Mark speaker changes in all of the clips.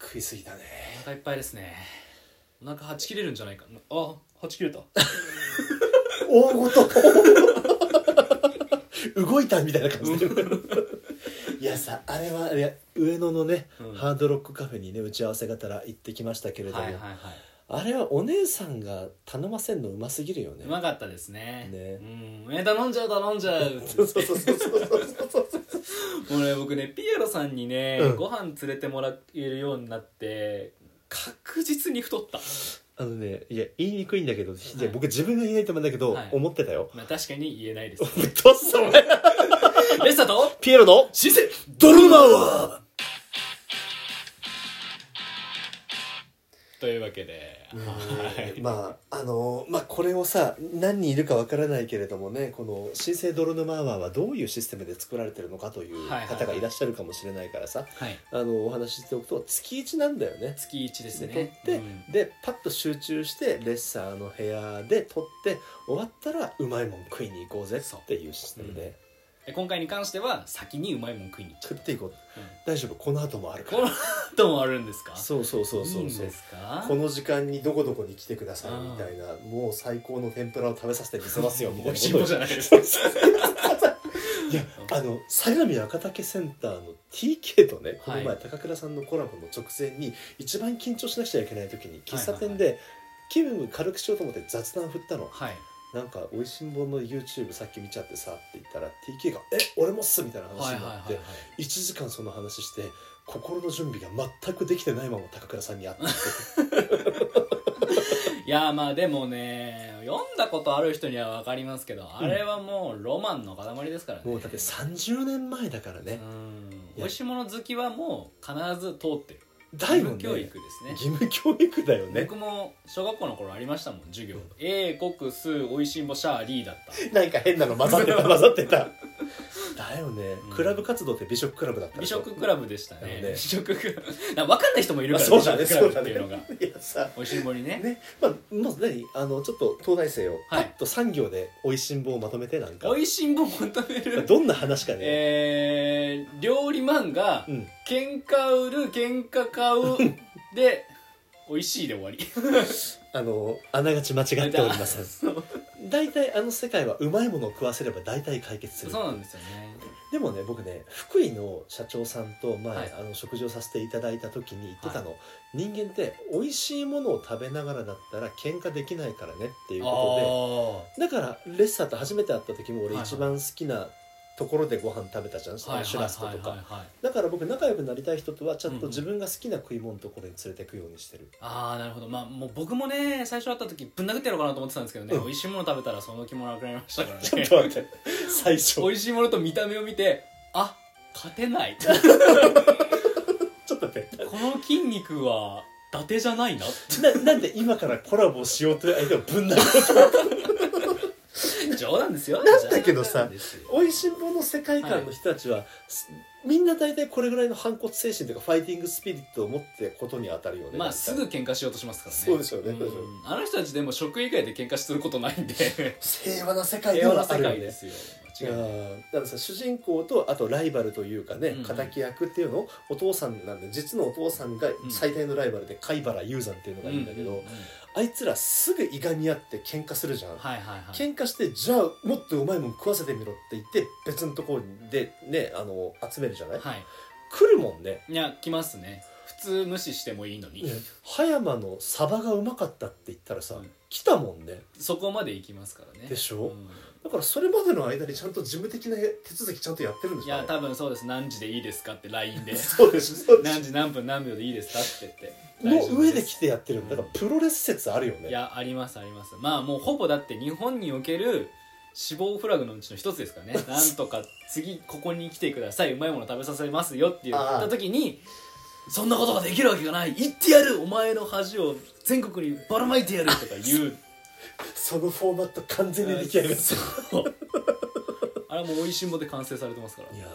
Speaker 1: 食いすぎたね
Speaker 2: お腹いっぱいですねお腹はち切れるんじゃないかなあはち切れた
Speaker 1: 大ごと 動いたみたいな感じでいやさあれはいや上野のね、
Speaker 2: うん
Speaker 1: ハードロックカフェにね打ち合わせがたら行ってきましたけれども、
Speaker 2: はいはいはい
Speaker 1: あれはお姉さんが頼ませんのうますぎるよね
Speaker 2: うまかったですね
Speaker 1: ね
Speaker 2: うんえ頼んじゃう頼んじゃう
Speaker 1: そうそうそうそうそうそう
Speaker 2: もうね僕ねピエロさんにね、
Speaker 1: うん
Speaker 2: ご飯連れてもらえるようになって確実に太った、
Speaker 1: あのねいや言いにくいんだけど、いや
Speaker 2: はい
Speaker 1: 僕自分が言えないと思うんだけど、
Speaker 2: はい
Speaker 1: 思ってたよ
Speaker 2: まあ、確かに言えないです
Speaker 1: どっそれ
Speaker 2: レッサと
Speaker 1: ピエロの
Speaker 2: シセ
Speaker 1: ドルマは
Speaker 2: というわけで、はい
Speaker 1: まああのまあこれをさ何人いるかわからないけれどもねこの新生ドルノマーワーはどういうシステムで作られてるのかという
Speaker 2: はいはいはい
Speaker 1: 方がいらっしゃるかもしれないからさ、
Speaker 2: はい、
Speaker 1: あのお話ししておくと月1なんだよね
Speaker 2: 月1です
Speaker 1: で
Speaker 2: ね
Speaker 1: 撮って、
Speaker 2: うん
Speaker 1: でパッと集中してレッサーの部屋で撮って終わったらうまいもん食いに行こうぜっていうシステムで、
Speaker 2: で今回に関しては先にうまいもん食いに行っちゃ
Speaker 1: 食っていこう
Speaker 2: う、うん
Speaker 1: 大丈夫この後もあるか
Speaker 2: この
Speaker 1: ら
Speaker 2: 後もあるんですか
Speaker 1: そうそうそうそう
Speaker 2: いいん
Speaker 1: そう
Speaker 2: ですか
Speaker 1: この時間にどこどこに来てくださいみたいなもう最高の天ぷらを食べさせてみせますよみたいな
Speaker 2: 美味しいもんじゃ
Speaker 1: ない
Speaker 2: ないです か
Speaker 1: いやあの相模赤竹センターの TK とねこの
Speaker 2: は
Speaker 1: 前
Speaker 2: い
Speaker 1: 高倉さんのコラボの直前に一番緊張しなくちゃいけない時に喫茶店
Speaker 2: はいは
Speaker 1: で気分軽くしようと思って雑談振ったの
Speaker 2: はい
Speaker 1: なんか「おいしんぼ」の YouTube さっき見ちゃってさって言ったら TK が「え俺もっす」みたいな
Speaker 2: は
Speaker 1: 話
Speaker 2: い
Speaker 1: になっ
Speaker 2: はいはい
Speaker 1: て1時間その話して心の準備が全くできてないまま高倉さんに会って
Speaker 2: いやーまあでもね読んだことある人には分かりますけど、あれはもうロマンの塊ですからね
Speaker 1: もうだって30年前だから
Speaker 2: う
Speaker 1: ね
Speaker 2: ん美味しいもの好きはもう必ず通ってる
Speaker 1: だよね
Speaker 2: 義務教育ですね
Speaker 1: 義務教育だよね
Speaker 2: 僕も小学校の頃ありましたもん授業「英国数おいしんぼシャーリー」だ った
Speaker 1: なんか変なの混ざ ってた混ざってただよね
Speaker 2: うん
Speaker 1: クラブ活動って美食クラブだったで
Speaker 2: 美
Speaker 1: しょ
Speaker 2: 食クラブでしたね
Speaker 1: なので
Speaker 2: 美食クラブなんか分かんない人もいる
Speaker 1: あ
Speaker 2: から
Speaker 1: そうだね
Speaker 2: 美食
Speaker 1: そ
Speaker 2: ク
Speaker 1: う
Speaker 2: ラブ
Speaker 1: だ
Speaker 2: って
Speaker 1: ね
Speaker 2: いうのが
Speaker 1: いやさ
Speaker 2: おいしんぼにね
Speaker 1: ねまあもう何あのちょっと東大生をパ
Speaker 2: はい
Speaker 1: ッと産業で「おいしんぼ」をまとめてなんか
Speaker 2: おいしんぼ求める
Speaker 1: どんな話かね、
Speaker 2: えー、料理漫画
Speaker 1: うん
Speaker 2: 「喧嘩売る喧嘩買う」で 「美味しい」で終わり
Speaker 1: あのあながち間違っておりません
Speaker 2: そう
Speaker 1: 大体あの世界はうまいものを食わせれば大体解決する
Speaker 2: そうなんですよね
Speaker 1: でもね僕ね福井の社長さんと前、
Speaker 2: はい
Speaker 1: あの食事をさせていただいた時に言ってたの、人間って美味しいものを食べながらだったら喧嘩できないからねっていうこ
Speaker 2: あ
Speaker 1: とでだからレッサーと初めて会った時も
Speaker 2: はい
Speaker 1: 俺
Speaker 2: はい
Speaker 1: 一番好きなところでご飯食べたじゃん、
Speaker 2: あはい
Speaker 1: シ
Speaker 2: は
Speaker 1: ュ
Speaker 2: い
Speaker 1: ラスコ
Speaker 2: は
Speaker 1: と
Speaker 2: い
Speaker 1: か、
Speaker 2: はいはい
Speaker 1: だから僕仲良くなりたい人とはちゃん
Speaker 2: うんう
Speaker 1: と
Speaker 2: ん
Speaker 1: 自分が好きな食い物のところに連れてくようにしてる、
Speaker 2: ああなるほどまあもう僕もね最初会った時ぶん殴ってやろうかなと思ってたんですけどね、
Speaker 1: うん
Speaker 2: 美味しいもの食べたらその気もなくなりましたからね
Speaker 1: ちょっと 待って最初
Speaker 2: 美味しいものと見た目を見てあ勝 てない
Speaker 1: ちょっと待って
Speaker 2: この筋肉は伊達じゃないな
Speaker 1: ななんで今からコラボしようという相手をぶん殴る
Speaker 2: 冗談ですよ
Speaker 1: なんだけどさ
Speaker 2: 冗談ですよ
Speaker 1: おいしんぼの世界観の人たちは、すみんな大体これぐらいの反骨精神というかファイティングスピリットを持ってことに当たるよね
Speaker 2: ま
Speaker 1: 大体
Speaker 2: あすぐ喧嘩しようとしますからね
Speaker 1: そうでしょうね
Speaker 2: んあの人たちでも食以外で喧嘩することないんで
Speaker 1: 平和な世界で
Speaker 2: 平和な
Speaker 1: はあ
Speaker 2: 世
Speaker 1: るよ
Speaker 2: 界で
Speaker 1: ね
Speaker 2: すよ
Speaker 1: い
Speaker 2: 間
Speaker 1: や
Speaker 2: 違いない
Speaker 1: ーだからさ主人公とあとライバルというか
Speaker 2: う
Speaker 1: ね
Speaker 2: んうん
Speaker 1: 敵役っていうのをお父さんなんで実のお父さんが
Speaker 2: ん
Speaker 1: 最大のライバルで貝原雄山っていうのがいいんだけど、
Speaker 2: うううん
Speaker 1: あいつらすぐいがみ合って喧嘩するじゃん、
Speaker 2: はいはいはい
Speaker 1: 喧嘩してじゃあもっとうまいもん食わせてみろって言って別のところでねあの集めるじゃない、
Speaker 2: はい
Speaker 1: 来るもんね
Speaker 2: いや来ますね普通無視してもいいのに、
Speaker 1: ね葉山のサバがうまかったって言ったらさ、
Speaker 2: うん
Speaker 1: 来たもんね
Speaker 2: そこまで行きますからね
Speaker 1: でしょ
Speaker 2: うん
Speaker 1: だからそれまでの間にちゃんと事務的な手続きちゃんとやってるんで
Speaker 2: い
Speaker 1: しょ
Speaker 2: や多分そうです何時でいいですかって LINE で
Speaker 1: そうですそうで
Speaker 2: 何
Speaker 1: す
Speaker 2: 時何分何秒でいいですかって言って
Speaker 1: の上で
Speaker 2: 来
Speaker 1: 来てやってるんだだからプロレス説あるよね
Speaker 2: いやありますありますまあもうほぼだって日本における死亡フラグのうちの一つです からねなんとか次ここに来てくださいうまいもの食べさせますよって言
Speaker 1: ああ
Speaker 2: った時にそんなことができるわけがない言ってやるお前の恥を全国にばらまいてやるとか言う
Speaker 1: そのフォーマット完全に出来上がっ
Speaker 2: そう あれはもう美味しんぼで完成されてますから
Speaker 1: たいや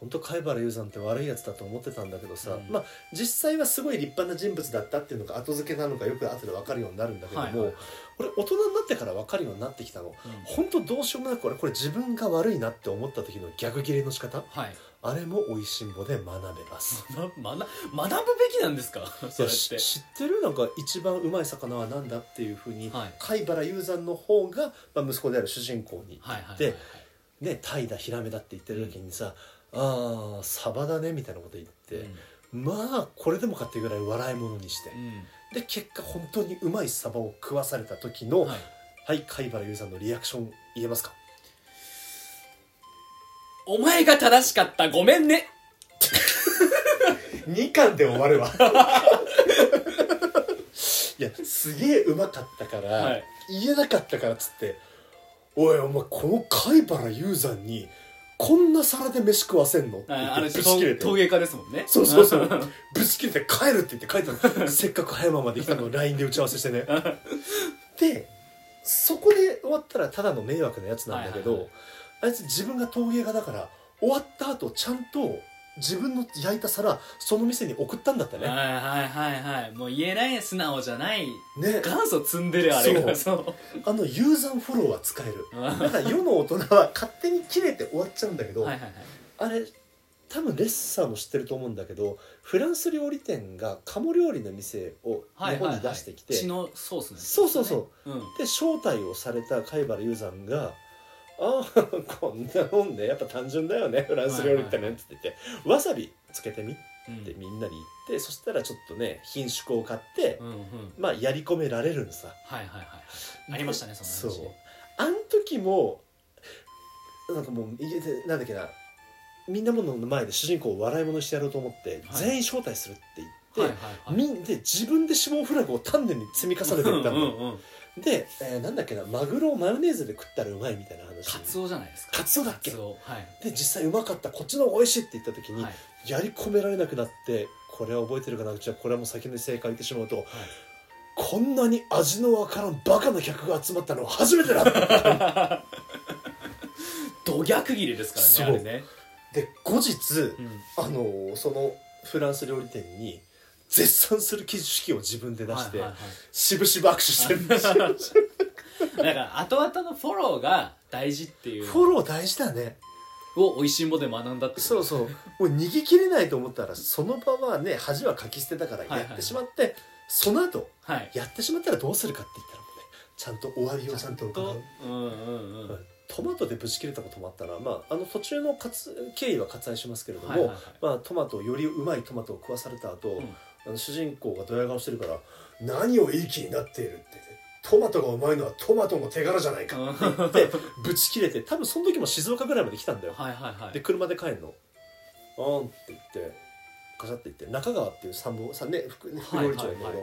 Speaker 1: 本当貝原雄山って悪いやつだと思ってたんだけどさ、
Speaker 2: うん
Speaker 1: まあ実際はすごい立派な人物だったっていうのが後付けなのかよく後で分かるようになるんだけども、
Speaker 2: はいはいはい
Speaker 1: 俺大人になってから分かるようになってきたの
Speaker 2: うん
Speaker 1: 本当どうしようもなく俺これ自分が悪いなって思った時の逆ギレの仕方
Speaker 2: はい
Speaker 1: あれも美味しんぼで学べます
Speaker 2: な学学ぶべきなんですか
Speaker 1: い
Speaker 2: そ
Speaker 1: や
Speaker 2: うやっ
Speaker 1: して知ってるなんか一番うまい魚は何だっていうふうに、
Speaker 2: はい
Speaker 1: 貝原雄山の方が、まあ、息子である主人公に、
Speaker 2: はいはいはいは
Speaker 1: で
Speaker 2: い
Speaker 1: ね、タイだヒラメだって言ってる時にさ「ああサバだね」みたいなこと言って、まあこれでもかってぐらい笑い物にして
Speaker 2: う、ん
Speaker 1: で結果本当にうまいサバを食わされた時
Speaker 2: う
Speaker 1: の
Speaker 2: ん
Speaker 1: は、
Speaker 2: はいい、
Speaker 1: 貝原雄山のリアクション言えますか
Speaker 2: お前が正しかったごめんね
Speaker 1: 2巻で終わるわ いやすげえうまかったから、
Speaker 2: はい
Speaker 1: 言えなかったからっつって「おいお前この貝原雄山にこんな皿で飯食わせんの?」って言
Speaker 2: あ
Speaker 1: っ
Speaker 2: あの
Speaker 1: てぶち切れ
Speaker 2: 陶
Speaker 1: て
Speaker 2: 陶芸家ですもんね
Speaker 1: そうそうそう
Speaker 2: は
Speaker 1: ぶち切れて帰るって言って帰った のせっかく葉山まで来たのを LINE で打ち合わせしてねでそこで終わったらただの迷惑なやつなんだけど、
Speaker 2: はいはい
Speaker 1: あいつ自分が陶芸家だから終わった後ちゃんと自分の焼いた皿その店に送ったんだって
Speaker 2: い
Speaker 1: ね
Speaker 2: はいはいはいもう言えない素直じゃない
Speaker 1: ね
Speaker 2: 元祖積んでるあれがそう
Speaker 1: あのユーザーフォローは使える
Speaker 2: は
Speaker 1: だから世の大人は勝手に切れて終わっちゃうんだけ
Speaker 2: い
Speaker 1: ど、
Speaker 2: はいはい
Speaker 1: あれ多分レッサーも知ってると思うんだけどフランス料理店が鴨料理の店を日
Speaker 2: はいはい
Speaker 1: 本
Speaker 2: は
Speaker 1: に
Speaker 2: い
Speaker 1: 出してきて、
Speaker 2: 血のソースね
Speaker 1: そうそうそう
Speaker 2: うんはい
Speaker 1: で招待をされた貝原雄山が「ああ こんなもんねやっぱ単純だよねフランス料理ってね」
Speaker 2: はいはいはい
Speaker 1: って言って「わさびつけてみ」っ
Speaker 2: うん
Speaker 1: てみんなに言ってそしたらちょっとね品種を買って、
Speaker 2: うんうん
Speaker 1: まあやり込められるのさ
Speaker 2: はいはいはいありましたねそんな話
Speaker 1: そうあん時もなんかもういえなんだっけなみんなもの前で主人公を笑い物にしてやろうと思って、
Speaker 2: はい
Speaker 1: 全員招待するって言って、
Speaker 2: はいはいはい
Speaker 1: みんで自分で死亡フラグを丹念に積み重ねていったの、
Speaker 2: うんうんうん
Speaker 1: で、えーなんだっけなマグロをマヨネーズで食ったらうまいみたいな話
Speaker 2: カツオじゃないですか
Speaker 1: カツオだっけ
Speaker 2: カツオはい
Speaker 1: で実際うまかったこっちの方が美味しいって言った時に、
Speaker 2: はい
Speaker 1: やり込められなくなってこれは覚えてるかなうちはこれはもう先に正解言ってしまうと、こんなに味のわからんバカな客が集まったのは初めてだった
Speaker 2: ド逆切れですからねあ
Speaker 1: そう
Speaker 2: れね
Speaker 1: で後日、
Speaker 2: うん
Speaker 1: あのーそのフランス料理店に絶賛する記式を自分で出して、
Speaker 2: はいはいはい
Speaker 1: しぶしぶ握手してるんですよ
Speaker 2: だから後々のフォローが大事っていう
Speaker 1: フォロー大事だね
Speaker 2: をおいしんぼで学んだって
Speaker 1: そうそうもう逃げ切れないと思ったらその場はね恥はかき捨てたからやってしまって、その後
Speaker 2: はい
Speaker 1: やってしまったらどうするかって言ったらもうねちゃんと終わりをちゃんと伺う
Speaker 2: うんうんうん
Speaker 1: はいトマトでぶち切れたこともあったら、まあ、あの途中のかつ経緯は割愛しますけれども、
Speaker 2: はいはいはい
Speaker 1: まあ、トマトをよりうまいトマトを食わされた後、
Speaker 2: ん
Speaker 1: あの主人公がドヤ顔してるから「何をいい気になっている」って、トマトがうまいのはトマトの手柄じゃないか」
Speaker 2: うん
Speaker 1: ってぶち切れて多分その時も静岡ぐらいまで来たんだよ、
Speaker 2: はいはいは
Speaker 1: で
Speaker 2: い
Speaker 1: 車で帰るの「あーん」って言ってガシャって言って中川っていう参謀さんね副副料理長やけど、
Speaker 2: はいはい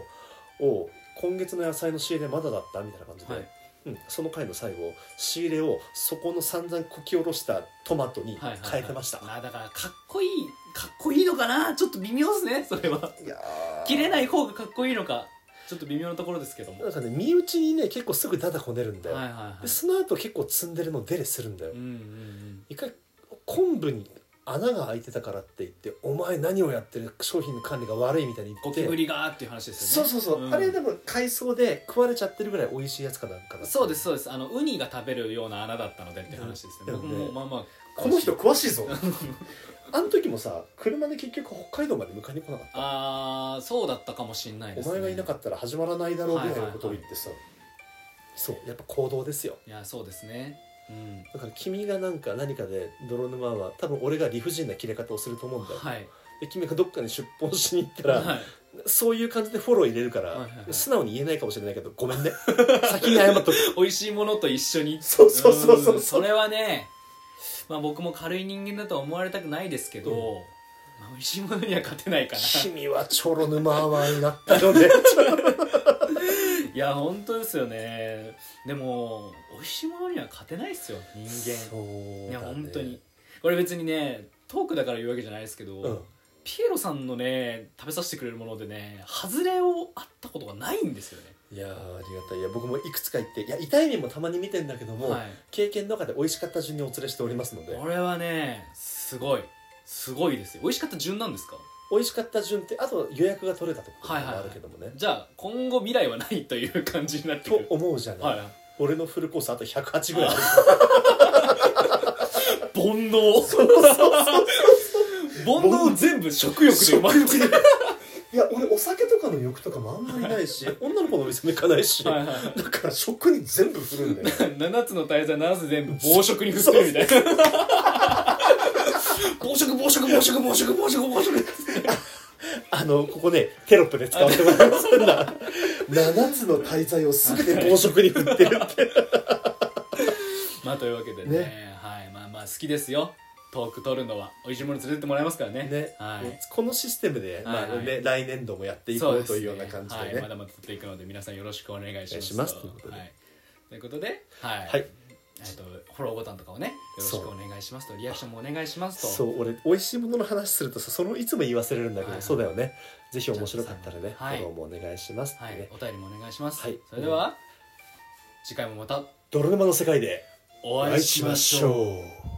Speaker 2: は
Speaker 1: を今月の野菜の仕入れまだだったみたいな感じで、
Speaker 2: はい
Speaker 1: うん、その回の最後仕入れをそこの散々こき下ろしたトマトに
Speaker 2: はいはい
Speaker 1: 変えてました、、
Speaker 2: はいあだからかっこいいかっこいいのかなちょっと微妙ですねそれはい
Speaker 1: やー
Speaker 2: 切れない方がかっこいいのかちょっと微妙なところですけども
Speaker 1: なんかね身内にね結構すぐダダこねるんだよ、
Speaker 2: はいはいは
Speaker 1: で
Speaker 2: い
Speaker 1: その後結構積んでるのデレするんだよ、
Speaker 2: うんうんうん
Speaker 1: 一回昆布に穴が開いてたからって言って「お前何をやってる商品の管理が悪い」みたいに言
Speaker 2: ゴ
Speaker 1: って
Speaker 2: キブリがーっていう話です
Speaker 1: そ
Speaker 2: よ
Speaker 1: う
Speaker 2: ね
Speaker 1: そうそう、
Speaker 2: ん
Speaker 1: あれでも海藻で食われちゃってるぐらい美味しいやつかなんかだ
Speaker 2: そうですそうですあのウニが食べるような穴だったのでって話ですね
Speaker 1: うん
Speaker 2: 僕も
Speaker 1: うん
Speaker 2: まあまあ
Speaker 1: この人詳しい ぞあの時もさ車で結局北海道まで迎えに来なかった
Speaker 2: あーそうだったかもしんないです
Speaker 1: お前がいなかったら始まらないだろうぐらいのことを言ってさ、そうやっぱ行動ですよ
Speaker 2: いやそうですねうん
Speaker 1: だから君がなんか何かで泥沼は多分俺が理不尽な切れ方をすると思うんだよ、
Speaker 2: はい
Speaker 1: で君がどっかに出奔しに行ったら、
Speaker 2: はい
Speaker 1: そういう感じでフォロー入れるから、
Speaker 2: はいはいはい
Speaker 1: 素直に言えないかもしれないけどごめ んね先に謝っとく
Speaker 2: 美味しいものと一緒に
Speaker 1: そうそうそうそう
Speaker 2: うんそれはね、まあ、僕も軽い人間だとは思われたくないですけど、
Speaker 1: うん
Speaker 2: まあ、美味しいものには勝てないかな
Speaker 1: 君はチョロ沼アワーになったので
Speaker 2: いや本当ですよねでも美味しいものには勝てないですよ人間、
Speaker 1: そうだ、ね、
Speaker 2: いや本当にこれ別にねトークだから言うわけじゃないですけど、
Speaker 1: うん
Speaker 2: ピエロさんのね食べさせてくれるものでね外れをあったことがないんですよね
Speaker 1: いやーありがたいいや僕もいくつか行っていや痛い目もたまに見てんだけども、
Speaker 2: はい
Speaker 1: 経験の中で美味しかった順にお連れしておりますので
Speaker 2: これはねすごいすごいですよ美味しかった順なんですか
Speaker 1: 美味しかった順ってあと予約が取れたところもあるけどもね、
Speaker 2: じゃあ今後未来はないという感じになってく
Speaker 1: と
Speaker 2: る
Speaker 1: 思うじゃない、
Speaker 2: はい
Speaker 1: 俺のフルコースあと108ぐらいある
Speaker 2: 煩悩煩悩全部食欲で埋まる
Speaker 1: 食欲でいや俺お酒とかの欲とかもあんまりないし女の子のお店も行かないし
Speaker 2: はいは
Speaker 1: だ
Speaker 2: いはい
Speaker 1: から食に全部振るんだよ
Speaker 2: 7つの大罪7つ全部暴食に振ってるみたい な
Speaker 1: 暴食暴食暴食暴食暴食暴食あのここねテロップで使わせてもらいますんだ7つの大罪を全て暴食に振ってるって
Speaker 2: まあというわけでね
Speaker 1: ね
Speaker 2: はいまあまあ好きですよトーク取るのは美味しいもの連れてってもらえますからね
Speaker 1: ね、
Speaker 2: はい
Speaker 1: このシステムで、まあ
Speaker 2: はいはい
Speaker 1: ね、来年度もやっていこうというような感じでね
Speaker 2: はい、まだまだ取っていくので皆さんよろしくお願いし
Speaker 1: お願い
Speaker 2: ます
Speaker 1: しますということで
Speaker 2: はい、ということではい、
Speaker 1: はい
Speaker 2: えっとフォローボタンとかをねよろしくお願いしますとリアクションもお願いしますと
Speaker 1: そう俺美味しいものの話するとさそのいつも言わせれるんだけど、
Speaker 2: はいはい
Speaker 1: そうだよねぜひ面白かったらね、
Speaker 2: はい
Speaker 1: フォローもお願いしますっ
Speaker 2: は
Speaker 1: てね、
Speaker 2: い、お便りもお願いします、
Speaker 1: はい
Speaker 2: それでは、次回もまた
Speaker 1: 泥沼の世界で
Speaker 2: お
Speaker 1: お
Speaker 2: 会
Speaker 1: 会
Speaker 2: い
Speaker 1: い
Speaker 2: し
Speaker 1: し
Speaker 2: ま
Speaker 1: ま
Speaker 2: し
Speaker 1: し
Speaker 2: ょう
Speaker 1: ょう